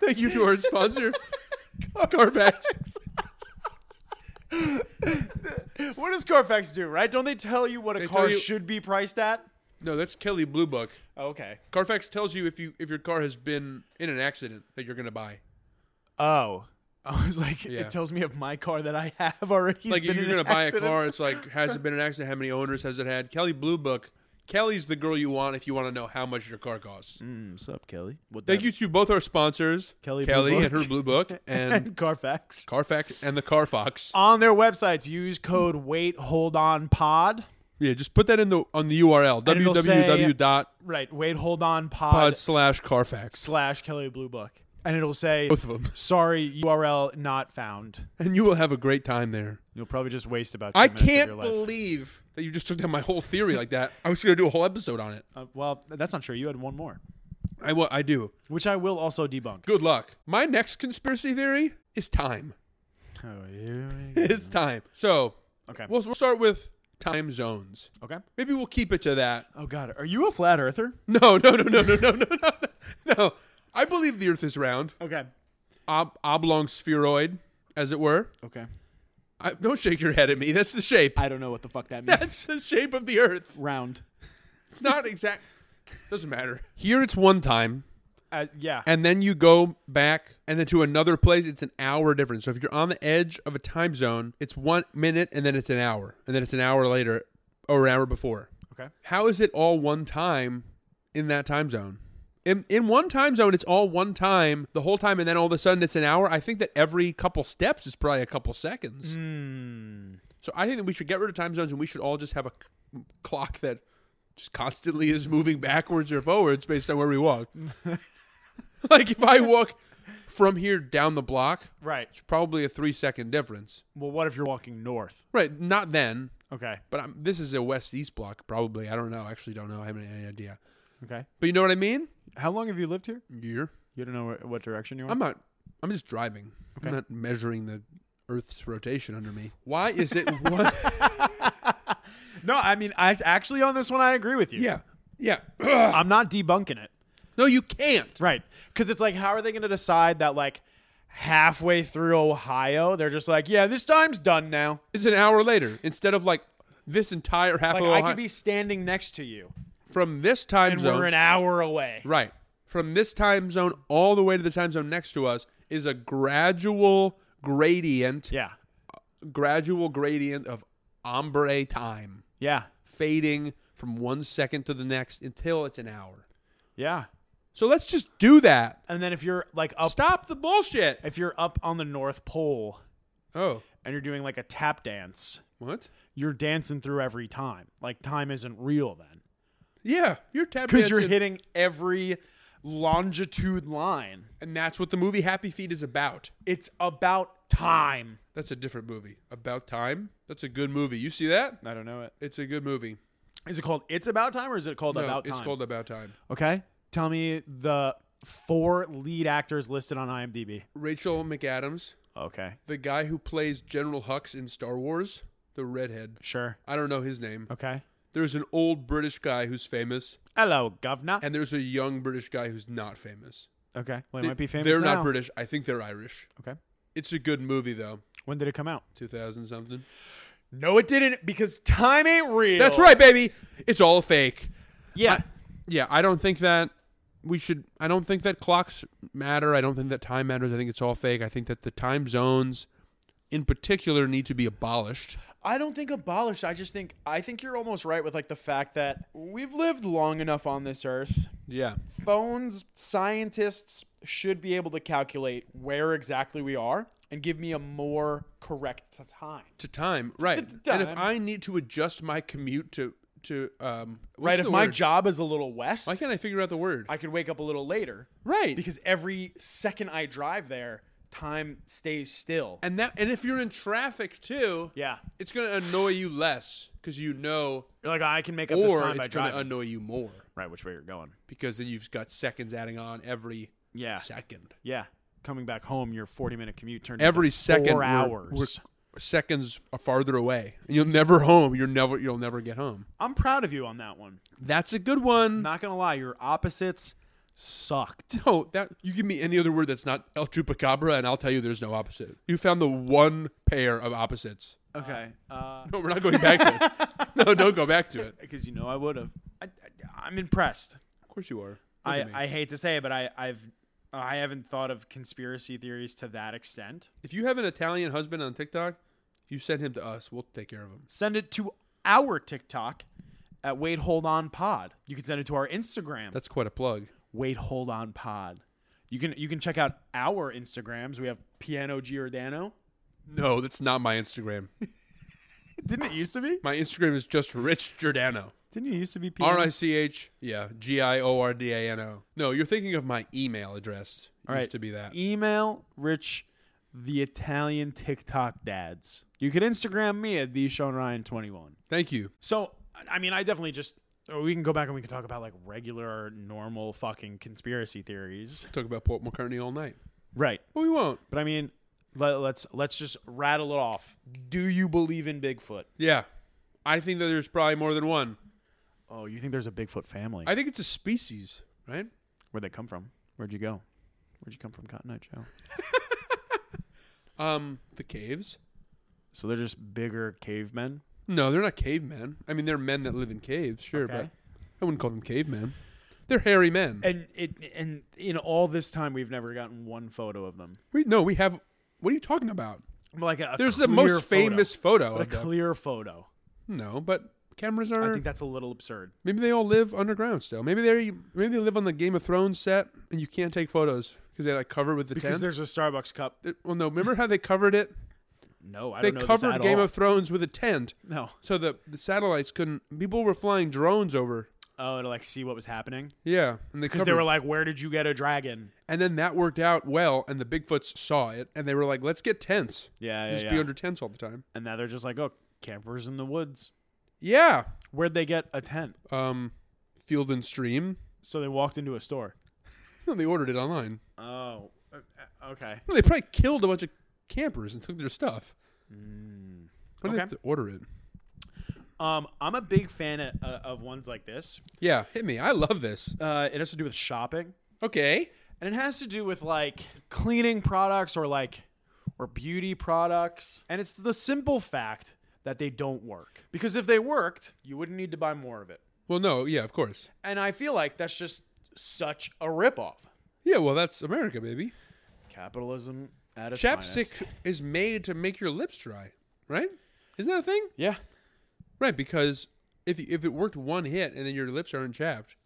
[SPEAKER 1] Thank you to our sponsor, Carfax.
[SPEAKER 2] what does Carfax do, right? Don't they tell you what a
[SPEAKER 1] They
[SPEAKER 2] car
[SPEAKER 1] tell you-
[SPEAKER 2] should be priced at?
[SPEAKER 1] No, that's Kelly Blue Book.
[SPEAKER 2] Okay.
[SPEAKER 1] Carfax tells you if you if your car has been in an accident that you're going to buy.
[SPEAKER 2] Oh. I was like,
[SPEAKER 1] Yeah.
[SPEAKER 2] it tells me of my car that I have already.
[SPEAKER 1] Like if
[SPEAKER 2] been
[SPEAKER 1] you're
[SPEAKER 2] in
[SPEAKER 1] going to
[SPEAKER 2] an
[SPEAKER 1] buy a
[SPEAKER 2] accident.
[SPEAKER 1] car, it's like has it been an accident? How many owners has it had? Kelly Blue Book. Kelly's the girl you want if you want to know how much your car costs.
[SPEAKER 2] Mm, what's up, Kelly? What
[SPEAKER 1] Thank
[SPEAKER 2] the-
[SPEAKER 1] you to both our sponsors,
[SPEAKER 2] Kelly Blue
[SPEAKER 1] Kelly
[SPEAKER 2] Book.
[SPEAKER 1] and her Blue Book, and
[SPEAKER 2] And Carfax.
[SPEAKER 1] Carfax and the Carfax.
[SPEAKER 2] On their websites, use code wait hold on pod.
[SPEAKER 1] Yeah, just put that in the on the URL
[SPEAKER 2] And it'll say-
[SPEAKER 1] www.pod
[SPEAKER 2] Right, wait hold on pod
[SPEAKER 1] slash Carfax.
[SPEAKER 2] slash Kelly Blue Book, and it'll say
[SPEAKER 1] Both of them,
[SPEAKER 2] sorry URL not found.
[SPEAKER 1] and you will have a great time there.
[SPEAKER 2] You'll probably just waste about. 10
[SPEAKER 1] I
[SPEAKER 2] minutes of
[SPEAKER 1] can't
[SPEAKER 2] your life.
[SPEAKER 1] believe that you just took down my whole theory like that. I was going to do a whole episode on it.
[SPEAKER 2] Uh, well, that's not true. You had one more,
[SPEAKER 1] I wa- I do.
[SPEAKER 2] which I will also debunk.
[SPEAKER 1] Good luck. My next conspiracy theory is time.
[SPEAKER 2] Oh, here we go.
[SPEAKER 1] It's time. So
[SPEAKER 2] okay.
[SPEAKER 1] we'll we'll start with time zones.
[SPEAKER 2] Okay.
[SPEAKER 1] Maybe we'll keep it to that.
[SPEAKER 2] Oh God, are you a flat earther?
[SPEAKER 1] No, no, no, no, no, no, no, no, no. I believe the Earth is round,
[SPEAKER 2] Okay.
[SPEAKER 1] Ob- oblong spheroid, as it were.
[SPEAKER 2] Okay.
[SPEAKER 1] I, don't shake your head at me. That's the shape.
[SPEAKER 2] I don't know what the fuck that means.
[SPEAKER 1] That's the shape of the Earth.
[SPEAKER 2] Round.
[SPEAKER 1] It's not exact. Doesn't matter. Here it's one time,
[SPEAKER 2] Uh, yeah.
[SPEAKER 1] and then you go back, and then to another place. It's an hour difference. So if you're on the edge of a time zone, it's one minute, and then it's an hour, and then it's an hour later, or an hour before.
[SPEAKER 2] Okay.
[SPEAKER 1] How is it all one time in that time zone? In, in one time zone, it's all one time the whole time, and then all of a sudden it's an hour. I think that every couple steps is probably a couple seconds.
[SPEAKER 2] Hmm,
[SPEAKER 1] So I think that we should get rid of time zones and we should all just have a c- clock that just constantly is moving backwards or forwards based on where we walk. like if I walk from here down the block,
[SPEAKER 2] Right.
[SPEAKER 1] it's probably a three second difference.
[SPEAKER 2] Well, what if you're walking north?
[SPEAKER 1] Right, not then,
[SPEAKER 2] Okay.
[SPEAKER 1] but I'm, this is a west east block probably. I don't know. I actually don't know. I haven't any idea.
[SPEAKER 2] Okay.
[SPEAKER 1] But you know what I mean?
[SPEAKER 2] How long have you lived here?
[SPEAKER 1] Year.
[SPEAKER 2] You don't know where, what direction you are.
[SPEAKER 1] I'm not. I'm just driving. I'm
[SPEAKER 2] Okay.
[SPEAKER 1] not measuring the Earth's rotation under me. Why is it one?
[SPEAKER 2] No, I mean, I actually on this one, I agree with you.
[SPEAKER 1] yeah, yeah.
[SPEAKER 2] I'm not debunking it.
[SPEAKER 1] no, you can't.
[SPEAKER 2] Right. Because it's like, how are they going to decide that, like, halfway through Ohio, they're just like, yeah, this time's done now.
[SPEAKER 1] It's an hour later instead of like this entire half
[SPEAKER 2] Like,
[SPEAKER 1] of
[SPEAKER 2] I
[SPEAKER 1] Ohio-
[SPEAKER 2] could be standing next to you,
[SPEAKER 1] from this time
[SPEAKER 2] and
[SPEAKER 1] zone.
[SPEAKER 2] we're an hour away.
[SPEAKER 1] right. From this time zone all the way to the time zone next to us is a gradual gradient,
[SPEAKER 2] Yeah.
[SPEAKER 1] gradual gradient of ombre time
[SPEAKER 2] Yeah.
[SPEAKER 1] fading from one second to the next until it's an hour.
[SPEAKER 2] Yeah.
[SPEAKER 1] So let's just do that.
[SPEAKER 2] And then if you're like up,
[SPEAKER 1] Stop the bullshit.
[SPEAKER 2] if you're up on the North Pole
[SPEAKER 1] Oh,
[SPEAKER 2] and you're doing like a tap dance,
[SPEAKER 1] what?
[SPEAKER 2] you're dancing through every time. Like, time isn't real then.
[SPEAKER 1] Yeah, you're tap
[SPEAKER 2] Because you're
[SPEAKER 1] dancing.
[SPEAKER 2] hitting every longitude line.
[SPEAKER 1] and that's what the movie Happy Feet is about.
[SPEAKER 2] It's about time.
[SPEAKER 1] That's a different movie. About time. That's a good movie. You see that?
[SPEAKER 2] I don't know it.
[SPEAKER 1] It's a good movie.
[SPEAKER 2] Is it called It's About Time or is it called
[SPEAKER 1] No,
[SPEAKER 2] About
[SPEAKER 1] it's
[SPEAKER 2] Time?
[SPEAKER 1] called About Time.
[SPEAKER 2] Okay. Tell me the four lead actors listed on IMDb.
[SPEAKER 1] Rachel McAdams,
[SPEAKER 2] Okay.
[SPEAKER 1] the guy who plays General Hux in Star Wars, the redhead.
[SPEAKER 2] Sure.
[SPEAKER 1] I don't know his name.
[SPEAKER 2] Okay.
[SPEAKER 1] There's an old British guy who's famous,
[SPEAKER 2] Hello, governor.
[SPEAKER 1] and there's a young British guy who's not famous.
[SPEAKER 2] Okay. Well, it
[SPEAKER 1] They-
[SPEAKER 2] might be famous.
[SPEAKER 1] They're
[SPEAKER 2] now.
[SPEAKER 1] not British. I think they're Irish.
[SPEAKER 2] Okay.
[SPEAKER 1] It's a good movie though.
[SPEAKER 2] When did it come out?
[SPEAKER 1] 2000 something.
[SPEAKER 2] No, it didn't because time ain't real.
[SPEAKER 1] That's right, baby. It's all fake.
[SPEAKER 2] Yeah.
[SPEAKER 1] Yeah, I don't think that we should I don't think that clocks matter. I don't think that time matters. I think it's all fake. I think that the time zones in particular need to be abolished.
[SPEAKER 2] I don't think abolished. I just think I think you're almost right with like the fact that we've lived long enough on this earth.
[SPEAKER 1] Yeah.
[SPEAKER 2] Phones, scientists should be able to calculate where exactly we are and give me a more correct time.
[SPEAKER 1] To time, right. And if
[SPEAKER 2] time.
[SPEAKER 1] I need to adjust my commute to to um what's
[SPEAKER 2] Right, if
[SPEAKER 1] the
[SPEAKER 2] my
[SPEAKER 1] word?
[SPEAKER 2] job is a little west,
[SPEAKER 1] Why can't I figure out the word?
[SPEAKER 2] I could wake up a little later
[SPEAKER 1] right.
[SPEAKER 2] because every second I drive there, time stays still.
[SPEAKER 1] and that and if you're in traffic too,
[SPEAKER 2] yeah.
[SPEAKER 1] it's going to annoy you less cuz you know
[SPEAKER 2] You're like I can make up this
[SPEAKER 1] or
[SPEAKER 2] time by
[SPEAKER 1] it's going
[SPEAKER 2] driving.
[SPEAKER 1] to annoy you more
[SPEAKER 2] right, which way you're going.
[SPEAKER 1] because then you've got seconds adding on every
[SPEAKER 2] Yeah.
[SPEAKER 1] second.
[SPEAKER 2] Yeah. Coming back home, your 40 minute commute turned
[SPEAKER 1] every
[SPEAKER 2] into
[SPEAKER 1] second
[SPEAKER 2] 4
[SPEAKER 1] we're-
[SPEAKER 2] hours.
[SPEAKER 1] we're seconds are farther away. You'll never home. You're never you'll never get home.
[SPEAKER 2] I'm proud of you on that one.
[SPEAKER 1] That's a good one.
[SPEAKER 2] Not gonna lie, your opposites sucked.
[SPEAKER 1] No, Oh, that you give me any other word that's not El Chupacabra, and I'll tell you there's no opposite. You found the one pair of opposites.
[SPEAKER 2] Okay, because
[SPEAKER 1] No, we're not going back to it. No, don't go back to it.
[SPEAKER 2] you know I would have. I, I, am impressed.
[SPEAKER 1] Of course you are. Look
[SPEAKER 2] I,
[SPEAKER 1] at me.
[SPEAKER 2] I hate to say it, but I I've I haven't thought of conspiracy theories to that extent.
[SPEAKER 1] if you have an Italian husband on TikTok, you send him to us. We'll take care of him.
[SPEAKER 2] Send it to our TikTok at Wait Hold On Pod. You can send it to our Instagram.
[SPEAKER 1] That's quite a plug.
[SPEAKER 2] Wait Hold On Pod. You can you can check out our Instagrams. We have Piano Giordano.
[SPEAKER 1] No, that's not my Instagram.
[SPEAKER 2] Didn't it used to be?
[SPEAKER 1] My Instagram is just Rich Giordano.
[SPEAKER 2] Didn't it used to be Piano?
[SPEAKER 1] R I C H, yeah, G I O R D A N O. No, you're thinking of my email address. It
[SPEAKER 2] All right.
[SPEAKER 1] used to be that.
[SPEAKER 2] Email Rich the Italian TikTok dads. You could Instagram me at the Sean Ryan 21.
[SPEAKER 1] Thank you.
[SPEAKER 2] So, I mean, I definitely just or we can go back and we can talk about like regular normal fucking conspiracy theories.
[SPEAKER 1] Talk about Port McCartney all night,
[SPEAKER 2] Right.
[SPEAKER 1] but we won't.
[SPEAKER 2] But I mean, let, let's let's just rattle it off. Do you believe in Bigfoot?
[SPEAKER 1] Yeah, I think that there's probably more than one.
[SPEAKER 2] Oh, you think there's a Bigfoot family?
[SPEAKER 1] I think it's a species, right?
[SPEAKER 2] Where'd they come from? Where'd you go? Where'd you come from, Cotton Eye Joe?
[SPEAKER 1] Um, the caves.
[SPEAKER 2] So they're just bigger cavemen.
[SPEAKER 1] No, they're not cavemen. I mean, they're men that live in caves, sure,
[SPEAKER 2] Okay.
[SPEAKER 1] but I wouldn't call them cavemen. They're hairy men.
[SPEAKER 2] And it and in all this time we've never gotten one photo of them.
[SPEAKER 1] We no, we have. What are you talking about?
[SPEAKER 2] Like a, a
[SPEAKER 1] There's the
[SPEAKER 2] clear
[SPEAKER 1] most
[SPEAKER 2] photo.
[SPEAKER 1] famous photo.
[SPEAKER 2] But a
[SPEAKER 1] Of them.
[SPEAKER 2] clear photo.
[SPEAKER 1] No, but cameras are.
[SPEAKER 2] I think that's a little absurd.
[SPEAKER 1] Maybe they all live underground still. Maybe they maybe they live on the Game of Thrones set and you can't take photos because they like covered with the
[SPEAKER 2] Because
[SPEAKER 1] tent.
[SPEAKER 2] there's a Starbucks cup.
[SPEAKER 1] They- Well, no, remember how they covered it?
[SPEAKER 2] No, I
[SPEAKER 1] They
[SPEAKER 2] don't know this
[SPEAKER 1] covered
[SPEAKER 2] at
[SPEAKER 1] Game
[SPEAKER 2] all.
[SPEAKER 1] of Thrones with a tent,
[SPEAKER 2] No.
[SPEAKER 1] so the the satellites couldn't. People were flying drones over.
[SPEAKER 2] Oh, to like see what was happening.
[SPEAKER 1] Yeah, and they
[SPEAKER 2] Because
[SPEAKER 1] covered.
[SPEAKER 2] they were like, "Where did you get a dragon?"
[SPEAKER 1] and then that worked out well, and the Bigfoots saw it, and they were like, "Let's get tents.
[SPEAKER 2] Yeah, yeah,
[SPEAKER 1] Just
[SPEAKER 2] yeah.
[SPEAKER 1] be under tents all the time."
[SPEAKER 2] and now they're just like, "Oh, campers in the woods."
[SPEAKER 1] Yeah.
[SPEAKER 2] Where'd they get a tent?
[SPEAKER 1] Um, Field and Stream.
[SPEAKER 2] So they walked into a store.
[SPEAKER 1] they ordered it online.
[SPEAKER 2] Oh, okay.
[SPEAKER 1] They probably killed a bunch of campers and took their stuff. Why do they
[SPEAKER 2] Mm. Okay.
[SPEAKER 1] have to order it?
[SPEAKER 2] Um, I'm a big fan of, uh, of ones like this.
[SPEAKER 1] Yeah, hit me. I love this.
[SPEAKER 2] Uh, it has to do with shopping,
[SPEAKER 1] Okay.
[SPEAKER 2] and it has to do with like cleaning products or like or beauty products. And it's the simple fact that they don't work because if they worked, you wouldn't need to buy more of it.
[SPEAKER 1] Well, no, yeah, of course.
[SPEAKER 2] And I feel like that's just such a ripoff.
[SPEAKER 1] Yeah, well, that's America, baby.
[SPEAKER 2] Capitalism at its
[SPEAKER 1] Chapstick
[SPEAKER 2] finest.
[SPEAKER 1] is made to make your lips dry, right? Isn't that a thing?
[SPEAKER 2] Yeah.
[SPEAKER 1] Right, because if you, if it worked one hit and then your lips aren't chapped,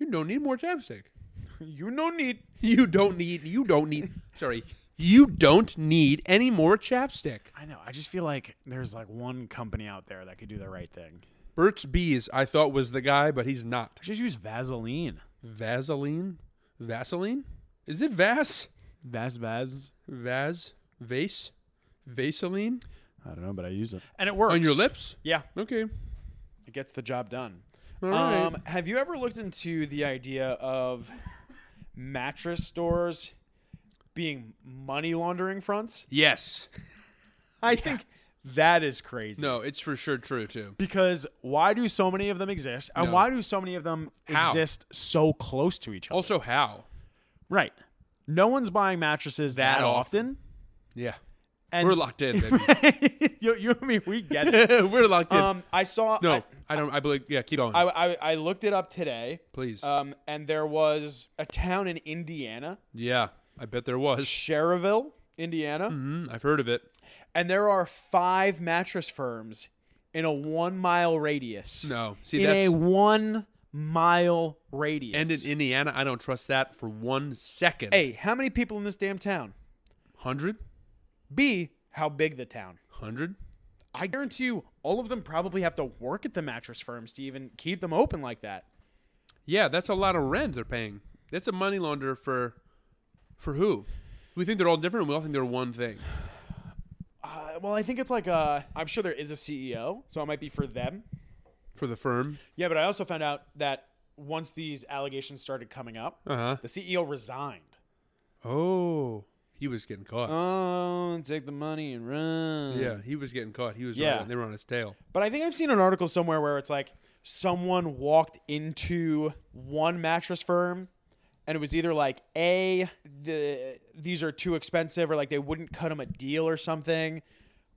[SPEAKER 1] you don't need more chapstick.
[SPEAKER 2] You no need.
[SPEAKER 1] You don't need. You don't need. sorry, you don't need any more chapstick.
[SPEAKER 2] I know. I just feel like there's like one company out there that could do the right thing.
[SPEAKER 1] Burt's Bees, I thought was the guy, but he's not.
[SPEAKER 2] Just use Vaseline.
[SPEAKER 1] Vaseline, Vaseline. Is it Vas?
[SPEAKER 2] Vas Vaz.
[SPEAKER 1] Vas? Vase? Vaseline
[SPEAKER 2] I don't know, but I use it. And it works.
[SPEAKER 1] on your lips?
[SPEAKER 2] Yeah.
[SPEAKER 1] Okay.
[SPEAKER 2] It gets the job done.
[SPEAKER 1] All right.
[SPEAKER 2] Um, have you ever looked into the idea of mattress stores being money laundering fronts?
[SPEAKER 1] yes.
[SPEAKER 2] I think that is crazy.
[SPEAKER 1] No, it's for sure true too.
[SPEAKER 2] Because why do so many of them exist? And
[SPEAKER 1] No.
[SPEAKER 2] why do so many of them
[SPEAKER 1] How?
[SPEAKER 2] exist so close to each other?
[SPEAKER 1] Also, how?
[SPEAKER 2] Right. No one's buying mattresses that,
[SPEAKER 1] That
[SPEAKER 2] often.
[SPEAKER 1] Yeah.
[SPEAKER 2] And
[SPEAKER 1] We're locked in, baby.
[SPEAKER 2] you, you and me, we get it.
[SPEAKER 1] We're locked in.
[SPEAKER 2] Um, I saw.
[SPEAKER 1] no,
[SPEAKER 2] I,
[SPEAKER 1] I, don't. I uh, believe. Yeah, keep going.
[SPEAKER 2] I, I, I looked it up today.
[SPEAKER 1] Please.
[SPEAKER 2] Um, and there was a town in Indiana,
[SPEAKER 1] yeah, I bet there was.
[SPEAKER 2] Cherville, Indiana,
[SPEAKER 1] Mm, I've heard of it.
[SPEAKER 2] and there are five mattress firms in a one mile radius.
[SPEAKER 1] No, see
[SPEAKER 2] in
[SPEAKER 1] that's
[SPEAKER 2] a one mile radius.
[SPEAKER 1] and in Indiana, I don't trust that for one second.
[SPEAKER 2] A, how many people in this damn town?
[SPEAKER 1] hundred,
[SPEAKER 2] B, how big the town?
[SPEAKER 1] hundred.
[SPEAKER 2] I guarantee you, all of them probably have to work at the mattress firms to even keep them open like that.
[SPEAKER 1] Yeah, that's a lot of rent they're paying. That's a money launderer for, for who? We think they're all different. and We all think they're one thing.
[SPEAKER 2] Uh, well, I think it's like a. I'm sure there is a CEO, so it might be for them.
[SPEAKER 1] For the firm,
[SPEAKER 2] Yeah, but I also found out that once these allegations started coming up,
[SPEAKER 1] uh huh.
[SPEAKER 2] the CEO resigned.
[SPEAKER 1] Oh, he was getting caught.
[SPEAKER 2] Oh, take the money and run.
[SPEAKER 1] yeah, he was getting caught. He was
[SPEAKER 2] Yeah.
[SPEAKER 1] right on, they were on his tail.
[SPEAKER 2] But I think I've seen an article somewhere where it's like someone walked into one mattress firm and it was either like A, the, these are too expensive or like they wouldn't cut them a deal or something,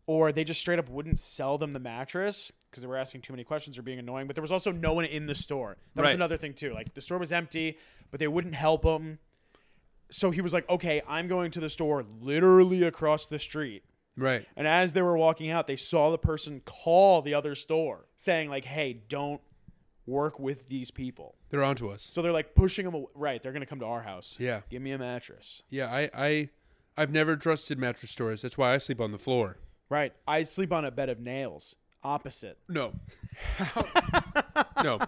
[SPEAKER 2] or they just straight up wouldn't sell them the mattress because they were asking too many questions or being annoying. But there was also no one in the store. That was
[SPEAKER 1] Right.
[SPEAKER 2] another thing too. Like the store was empty, but they wouldn't help him. So he was like, okay, I'm going to the store literally across the street.
[SPEAKER 1] Right.
[SPEAKER 2] And as they were walking out, they saw the person call the other store saying, like, hey, don't work with these people.
[SPEAKER 1] They're onto us.
[SPEAKER 2] So they're like pushing them away. Right. They're going to come to our house.
[SPEAKER 1] Yeah.
[SPEAKER 2] Give me a mattress.
[SPEAKER 1] Yeah, I, I I've never trusted mattress stores. That's why I sleep on the floor.
[SPEAKER 2] Right. I sleep on a bed of nails. Opposite.
[SPEAKER 1] No. no.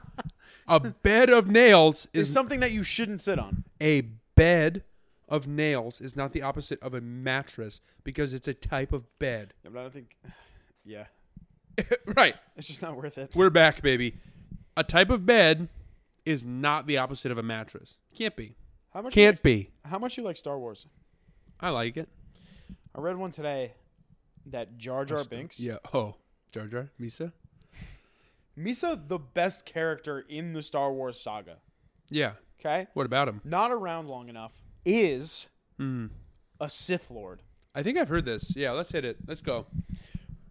[SPEAKER 1] A bed of nails
[SPEAKER 2] It's
[SPEAKER 1] is
[SPEAKER 2] something that you shouldn't sit on.
[SPEAKER 1] a bed of nails is not the opposite of a mattress because it's a type of bed.
[SPEAKER 2] Yeah, but I don't think. Yeah.
[SPEAKER 1] right.
[SPEAKER 2] It's just not worth it.
[SPEAKER 1] We're back, baby. A type of bed is not the opposite of a mattress. Can't be.
[SPEAKER 2] How much?
[SPEAKER 1] Can't be.
[SPEAKER 2] How much you like Star Wars?
[SPEAKER 1] I like it.
[SPEAKER 2] I read one today that Jar Jar Binks.
[SPEAKER 1] Yeah. Oh. Jar Jar? Misa?
[SPEAKER 2] Misa, the best character in the Star Wars saga.
[SPEAKER 1] Yeah.
[SPEAKER 2] Okay.
[SPEAKER 1] What about him?
[SPEAKER 2] not around long enough is a Sith Lord.
[SPEAKER 1] I think I've heard this. Yeah, let's hit it. Let's go.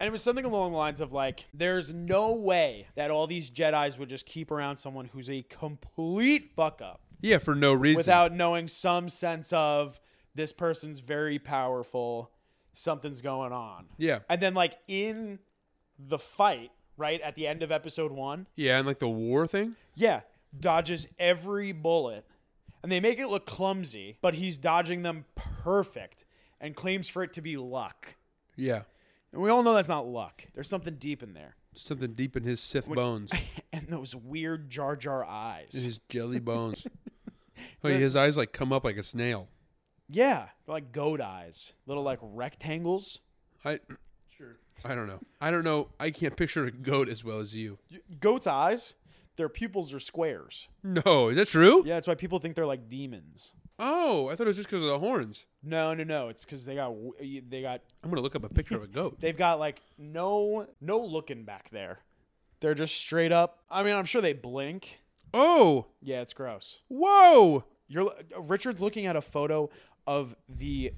[SPEAKER 2] And it was something along the lines of like, there's no way that all these Jedi's would just keep around someone who's a complete fuck up
[SPEAKER 1] Yeah, for no reason.
[SPEAKER 2] without knowing some sense of this person's very powerful, something's going on.
[SPEAKER 1] Yeah.
[SPEAKER 2] And then like in the fight, right at the end of episode one,
[SPEAKER 1] Yeah, and like the war thing.
[SPEAKER 2] Yeah, dodges every bullet. And they make it look clumsy, but he's dodging them perfect and claims for it to be luck.
[SPEAKER 1] Yeah,
[SPEAKER 2] And we all know that's not luck. There's something deep in there.
[SPEAKER 1] something deep in his Sith bones,
[SPEAKER 2] And those weird Jar Jar
[SPEAKER 1] in
[SPEAKER 2] eyes.
[SPEAKER 1] his jelly bones. Like his eyes like come up like a snail.
[SPEAKER 2] Yeah, they're like goat eyes, little like rectangles.
[SPEAKER 1] I sure. I don't know. I don't know. I can't picture a goat as well as you.
[SPEAKER 2] Y- Goat's eyes, their pupils are squares.
[SPEAKER 1] No, is that true?
[SPEAKER 2] Yeah, that's why people think they're like demons.
[SPEAKER 1] Oh, I thought it was just because of the horns.
[SPEAKER 2] No, no, no. It's because they got w- they got
[SPEAKER 1] I'm gonna look up a picture of a goat.
[SPEAKER 2] They've got like no no looking back there. They're just straight up. I mean, I'm sure they blink.
[SPEAKER 1] Oh,
[SPEAKER 2] Yeah, it's gross.
[SPEAKER 1] whoa!
[SPEAKER 2] You're Richard's looking at a photo of the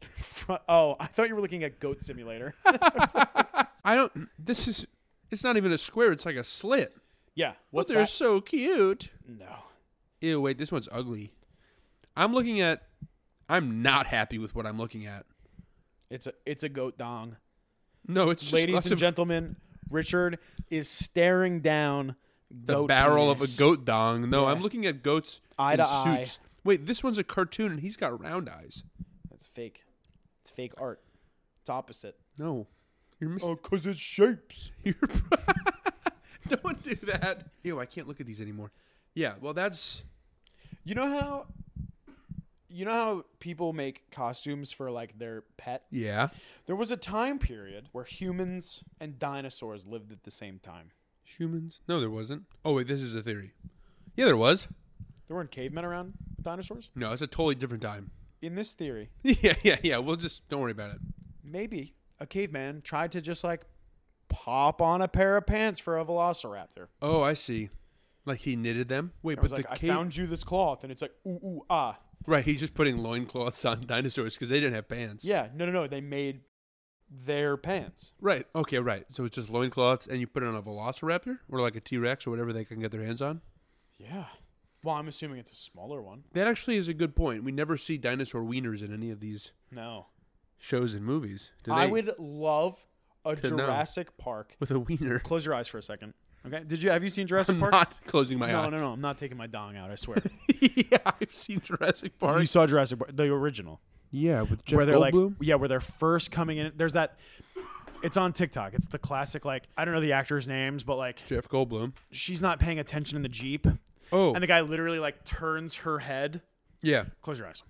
[SPEAKER 2] front. Oh, I thought you were looking at Goat Simulator.
[SPEAKER 1] I don't. This is. It's not even a square. It's like a slit.
[SPEAKER 2] yeah,
[SPEAKER 1] But
[SPEAKER 2] what's
[SPEAKER 1] they're
[SPEAKER 2] that?
[SPEAKER 1] so cute.
[SPEAKER 2] No,
[SPEAKER 1] Ew, wait, this one's ugly. I'm looking at. I'm not happy with what I'm looking at.
[SPEAKER 2] it's a it's a goat dong.
[SPEAKER 1] No, it's just
[SPEAKER 2] Ladies
[SPEAKER 1] lots
[SPEAKER 2] and
[SPEAKER 1] of
[SPEAKER 2] gentlemen, Richard is staring down
[SPEAKER 1] the
[SPEAKER 2] goat
[SPEAKER 1] barrel of a
[SPEAKER 2] penis.
[SPEAKER 1] goat dong. No, I'm looking at goats
[SPEAKER 2] Eye
[SPEAKER 1] in
[SPEAKER 2] to eye.
[SPEAKER 1] suits. Wait, this one's a cartoon and he's got round eyes.
[SPEAKER 2] That's fake. It's fake art. It's opposite.
[SPEAKER 1] No, you're missing.
[SPEAKER 2] Oh, cause it's shapes.
[SPEAKER 1] Don't do that. Ew, I can't look at these anymore. Yeah, well, that's
[SPEAKER 2] You know how you know how people make costumes for like their pet?
[SPEAKER 1] yeah,
[SPEAKER 2] There was a time period where humans and dinosaurs lived at the same time.
[SPEAKER 1] humans. No, there wasn't. Oh wait, this is a theory. Yeah, there was.
[SPEAKER 2] There weren't cavemen around with dinosaurs?
[SPEAKER 1] No, it's a totally different time.
[SPEAKER 2] In this theory,
[SPEAKER 1] Yeah, yeah, yeah. We'll just don't worry about it.
[SPEAKER 2] maybe a caveman tried to just like pop on a pair of pants for a velociraptor.
[SPEAKER 1] Oh, I see. Like he knitted them. Wait,
[SPEAKER 2] I
[SPEAKER 1] but
[SPEAKER 2] was like,
[SPEAKER 1] the
[SPEAKER 2] I
[SPEAKER 1] cave.
[SPEAKER 2] found you this cloth, and it's like, ooh, ooh, ah.
[SPEAKER 1] right, he's just putting loincloths on dinosaurs because they didn't have pants.
[SPEAKER 2] Yeah, no, no, no. They made their pants.
[SPEAKER 1] Right. Okay, right. So it's just loincloths and you put it on a velociraptor or like a T Rex or whatever they can get their hands on.
[SPEAKER 2] Yeah. Well, I'm assuming it's a smaller one.
[SPEAKER 1] That actually is a good point. We never see dinosaur wieners in any of these
[SPEAKER 2] No.
[SPEAKER 1] shows and movies. Do
[SPEAKER 2] I
[SPEAKER 1] they?
[SPEAKER 2] would love a
[SPEAKER 1] know.
[SPEAKER 2] Jurassic Park.
[SPEAKER 1] with a wiener.
[SPEAKER 2] Close your eyes for a second. Okay. Did you have you seen Jurassic
[SPEAKER 1] I'm
[SPEAKER 2] Park?
[SPEAKER 1] not closing my
[SPEAKER 2] no,
[SPEAKER 1] eyes.
[SPEAKER 2] no, no. I'm not taking my dong out. I swear.
[SPEAKER 1] yeah, I've seen Jurassic Park.
[SPEAKER 2] you saw Jurassic Park, the original,
[SPEAKER 1] yeah, with Jeff
[SPEAKER 2] where they're
[SPEAKER 1] Goldblum.
[SPEAKER 2] like, yeah, where they're first coming in. There's that. It's on TikTok. It's the classic, like I don't know the actors' names, but like
[SPEAKER 1] Jeff Goldblum.
[SPEAKER 2] she's not paying attention in the jeep,
[SPEAKER 1] Oh,
[SPEAKER 2] and the guy literally like turns her head.
[SPEAKER 1] yeah.
[SPEAKER 2] Close your eyes.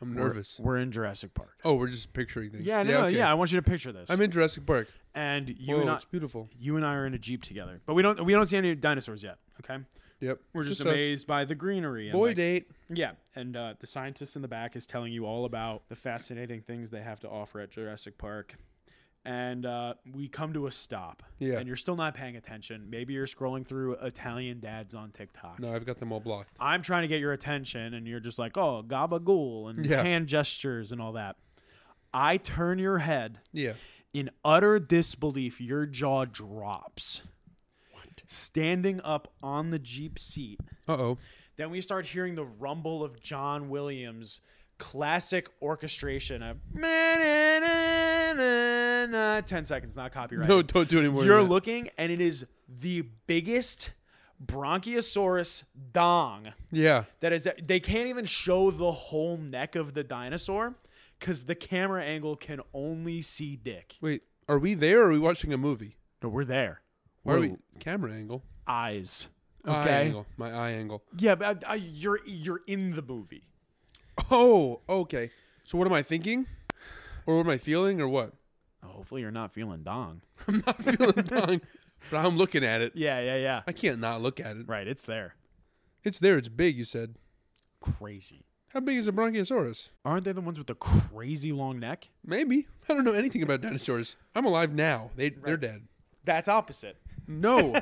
[SPEAKER 1] I'm nervous.
[SPEAKER 2] We're in Jurassic Park.
[SPEAKER 1] Oh, we're just picturing things.
[SPEAKER 2] Yeah, no,
[SPEAKER 1] yeah,
[SPEAKER 2] no,
[SPEAKER 1] okay.
[SPEAKER 2] yeah. I want you to picture this.
[SPEAKER 1] I'm in Jurassic Park.
[SPEAKER 2] and you
[SPEAKER 1] Whoa,
[SPEAKER 2] and I,
[SPEAKER 1] it's beautiful.
[SPEAKER 2] you and I are in a jeep together, but we don't we don't see any dinosaurs yet. Okay,
[SPEAKER 1] Yep.
[SPEAKER 2] we're just,
[SPEAKER 1] us.
[SPEAKER 2] amazed by the greenery. And
[SPEAKER 1] Boy
[SPEAKER 2] like-
[SPEAKER 1] date.
[SPEAKER 2] Yeah, and uh, the scientist in the back is telling you all about the fascinating things they have to offer at Jurassic Park. And uh, we come to a stop.
[SPEAKER 1] Yeah.
[SPEAKER 2] And you're still not paying attention. Maybe you're scrolling through Italian dads on TikTok.
[SPEAKER 1] No, I've got them all blocked.
[SPEAKER 2] I'm trying to get your attention, and you're just like, oh, gabagool and
[SPEAKER 1] Yeah.
[SPEAKER 2] hand gestures and all that. I turn your head
[SPEAKER 1] Yeah.
[SPEAKER 2] in utter disbelief. Your jaw drops. What? Standing up on the Jeep seat.
[SPEAKER 1] Uh oh.
[SPEAKER 2] Then we start hearing the rumble of John Williams' classic orchestration of 10 seconds, not copyright.
[SPEAKER 1] No, don't do any more.
[SPEAKER 2] You're
[SPEAKER 1] than that.
[SPEAKER 2] looking, and it is the biggest Bronchiosaurus dong
[SPEAKER 1] yeah.
[SPEAKER 2] that is. They can't even show the whole neck of the dinosaur because the camera angle can only see dick.
[SPEAKER 1] Wait, are we there? or Are we watching a movie?
[SPEAKER 2] No, we're there.
[SPEAKER 1] Why are
[SPEAKER 2] We're
[SPEAKER 1] we camera angle?
[SPEAKER 2] eyes.
[SPEAKER 1] Eye
[SPEAKER 2] Okay.
[SPEAKER 1] angle. My eye angle.
[SPEAKER 2] Yeah, but I, I, you're you're in the movie.
[SPEAKER 1] Oh, okay. So what am I thinking? Or what am I feeling or what?
[SPEAKER 2] Oh, Hopefully, you're not feeling dong.
[SPEAKER 1] I'm not feeling dong, but I'm looking at it.
[SPEAKER 2] Yeah, yeah, yeah.
[SPEAKER 1] I can't not look at it.
[SPEAKER 2] Right, it's there.
[SPEAKER 1] It's there, it's big, you said.
[SPEAKER 2] Crazy.
[SPEAKER 1] How big is a bronchiosaurus?
[SPEAKER 2] Aren't they the ones with the crazy long neck?
[SPEAKER 1] Maybe. I don't know anything about dinosaurs. I'm alive now. They they're dead.
[SPEAKER 2] That's opposite.
[SPEAKER 1] No.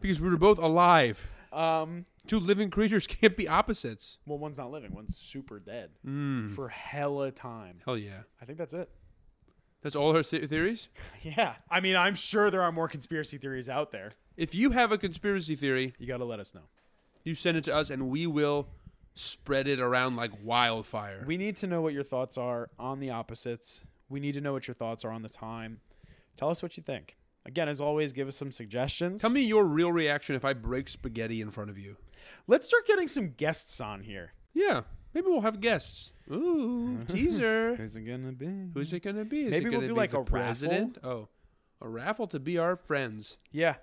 [SPEAKER 1] because we were both alive.
[SPEAKER 2] Um,
[SPEAKER 1] Two living creatures can't be opposites.
[SPEAKER 2] well, one's not living, one's super dead for hella time.
[SPEAKER 1] Hell yeah.
[SPEAKER 2] I think that's it.
[SPEAKER 1] That's all our th- theories?
[SPEAKER 2] Yeah. I mean, I'm sure there are more conspiracy theories out there.
[SPEAKER 1] If you have a conspiracy theory,
[SPEAKER 2] You got to let us know.
[SPEAKER 1] you send it to us and we will spread it around like wildfire.
[SPEAKER 2] We need to know what your thoughts are on the opposites. We need to know what your thoughts are on the time. Tell us what you think. Again, as always, give us some suggestions.
[SPEAKER 1] Tell me your real reaction if I break spaghetti in front of you.
[SPEAKER 2] Let's start getting some guests on here.
[SPEAKER 1] Yeah, maybe we'll have guests. Ooh, teaser.
[SPEAKER 2] Who's it gonna be?
[SPEAKER 1] Who's it gonna be? Is it
[SPEAKER 2] Maybe we'll
[SPEAKER 1] gonna
[SPEAKER 2] do
[SPEAKER 1] be
[SPEAKER 2] like
[SPEAKER 1] the
[SPEAKER 2] a raffle?
[SPEAKER 1] president? Oh, a raffle to be our friends.
[SPEAKER 2] Yeah.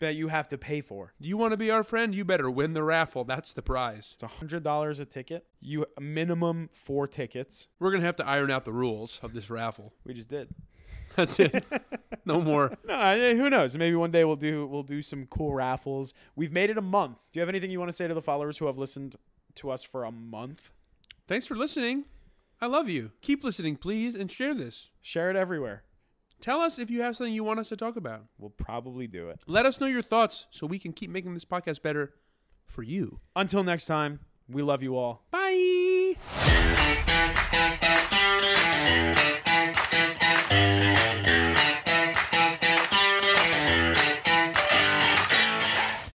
[SPEAKER 2] That you have to pay for.
[SPEAKER 1] You want to be our friend? You better win the raffle. That's the prize.
[SPEAKER 2] It's a hundred dollars a ticket. You minimum four tickets.
[SPEAKER 1] We're gonna have to iron out the rules of this raffle.
[SPEAKER 2] We just did.
[SPEAKER 1] That's it. no more.
[SPEAKER 2] No, I- eh, who knows? Maybe one day we'll do we'll do some cool raffles. We've made it a month. Do you have anything you want to say to the followers who have listened to us for a month?
[SPEAKER 1] Thanks for listening. I love you. Keep listening, please, and share this.
[SPEAKER 2] Share it everywhere.
[SPEAKER 1] Tell us if you have something you want us to talk about.
[SPEAKER 2] We'll probably do it.
[SPEAKER 1] Let us know your thoughts so we can keep making this podcast better for you.
[SPEAKER 2] Until next time, we love you all.
[SPEAKER 1] Bye.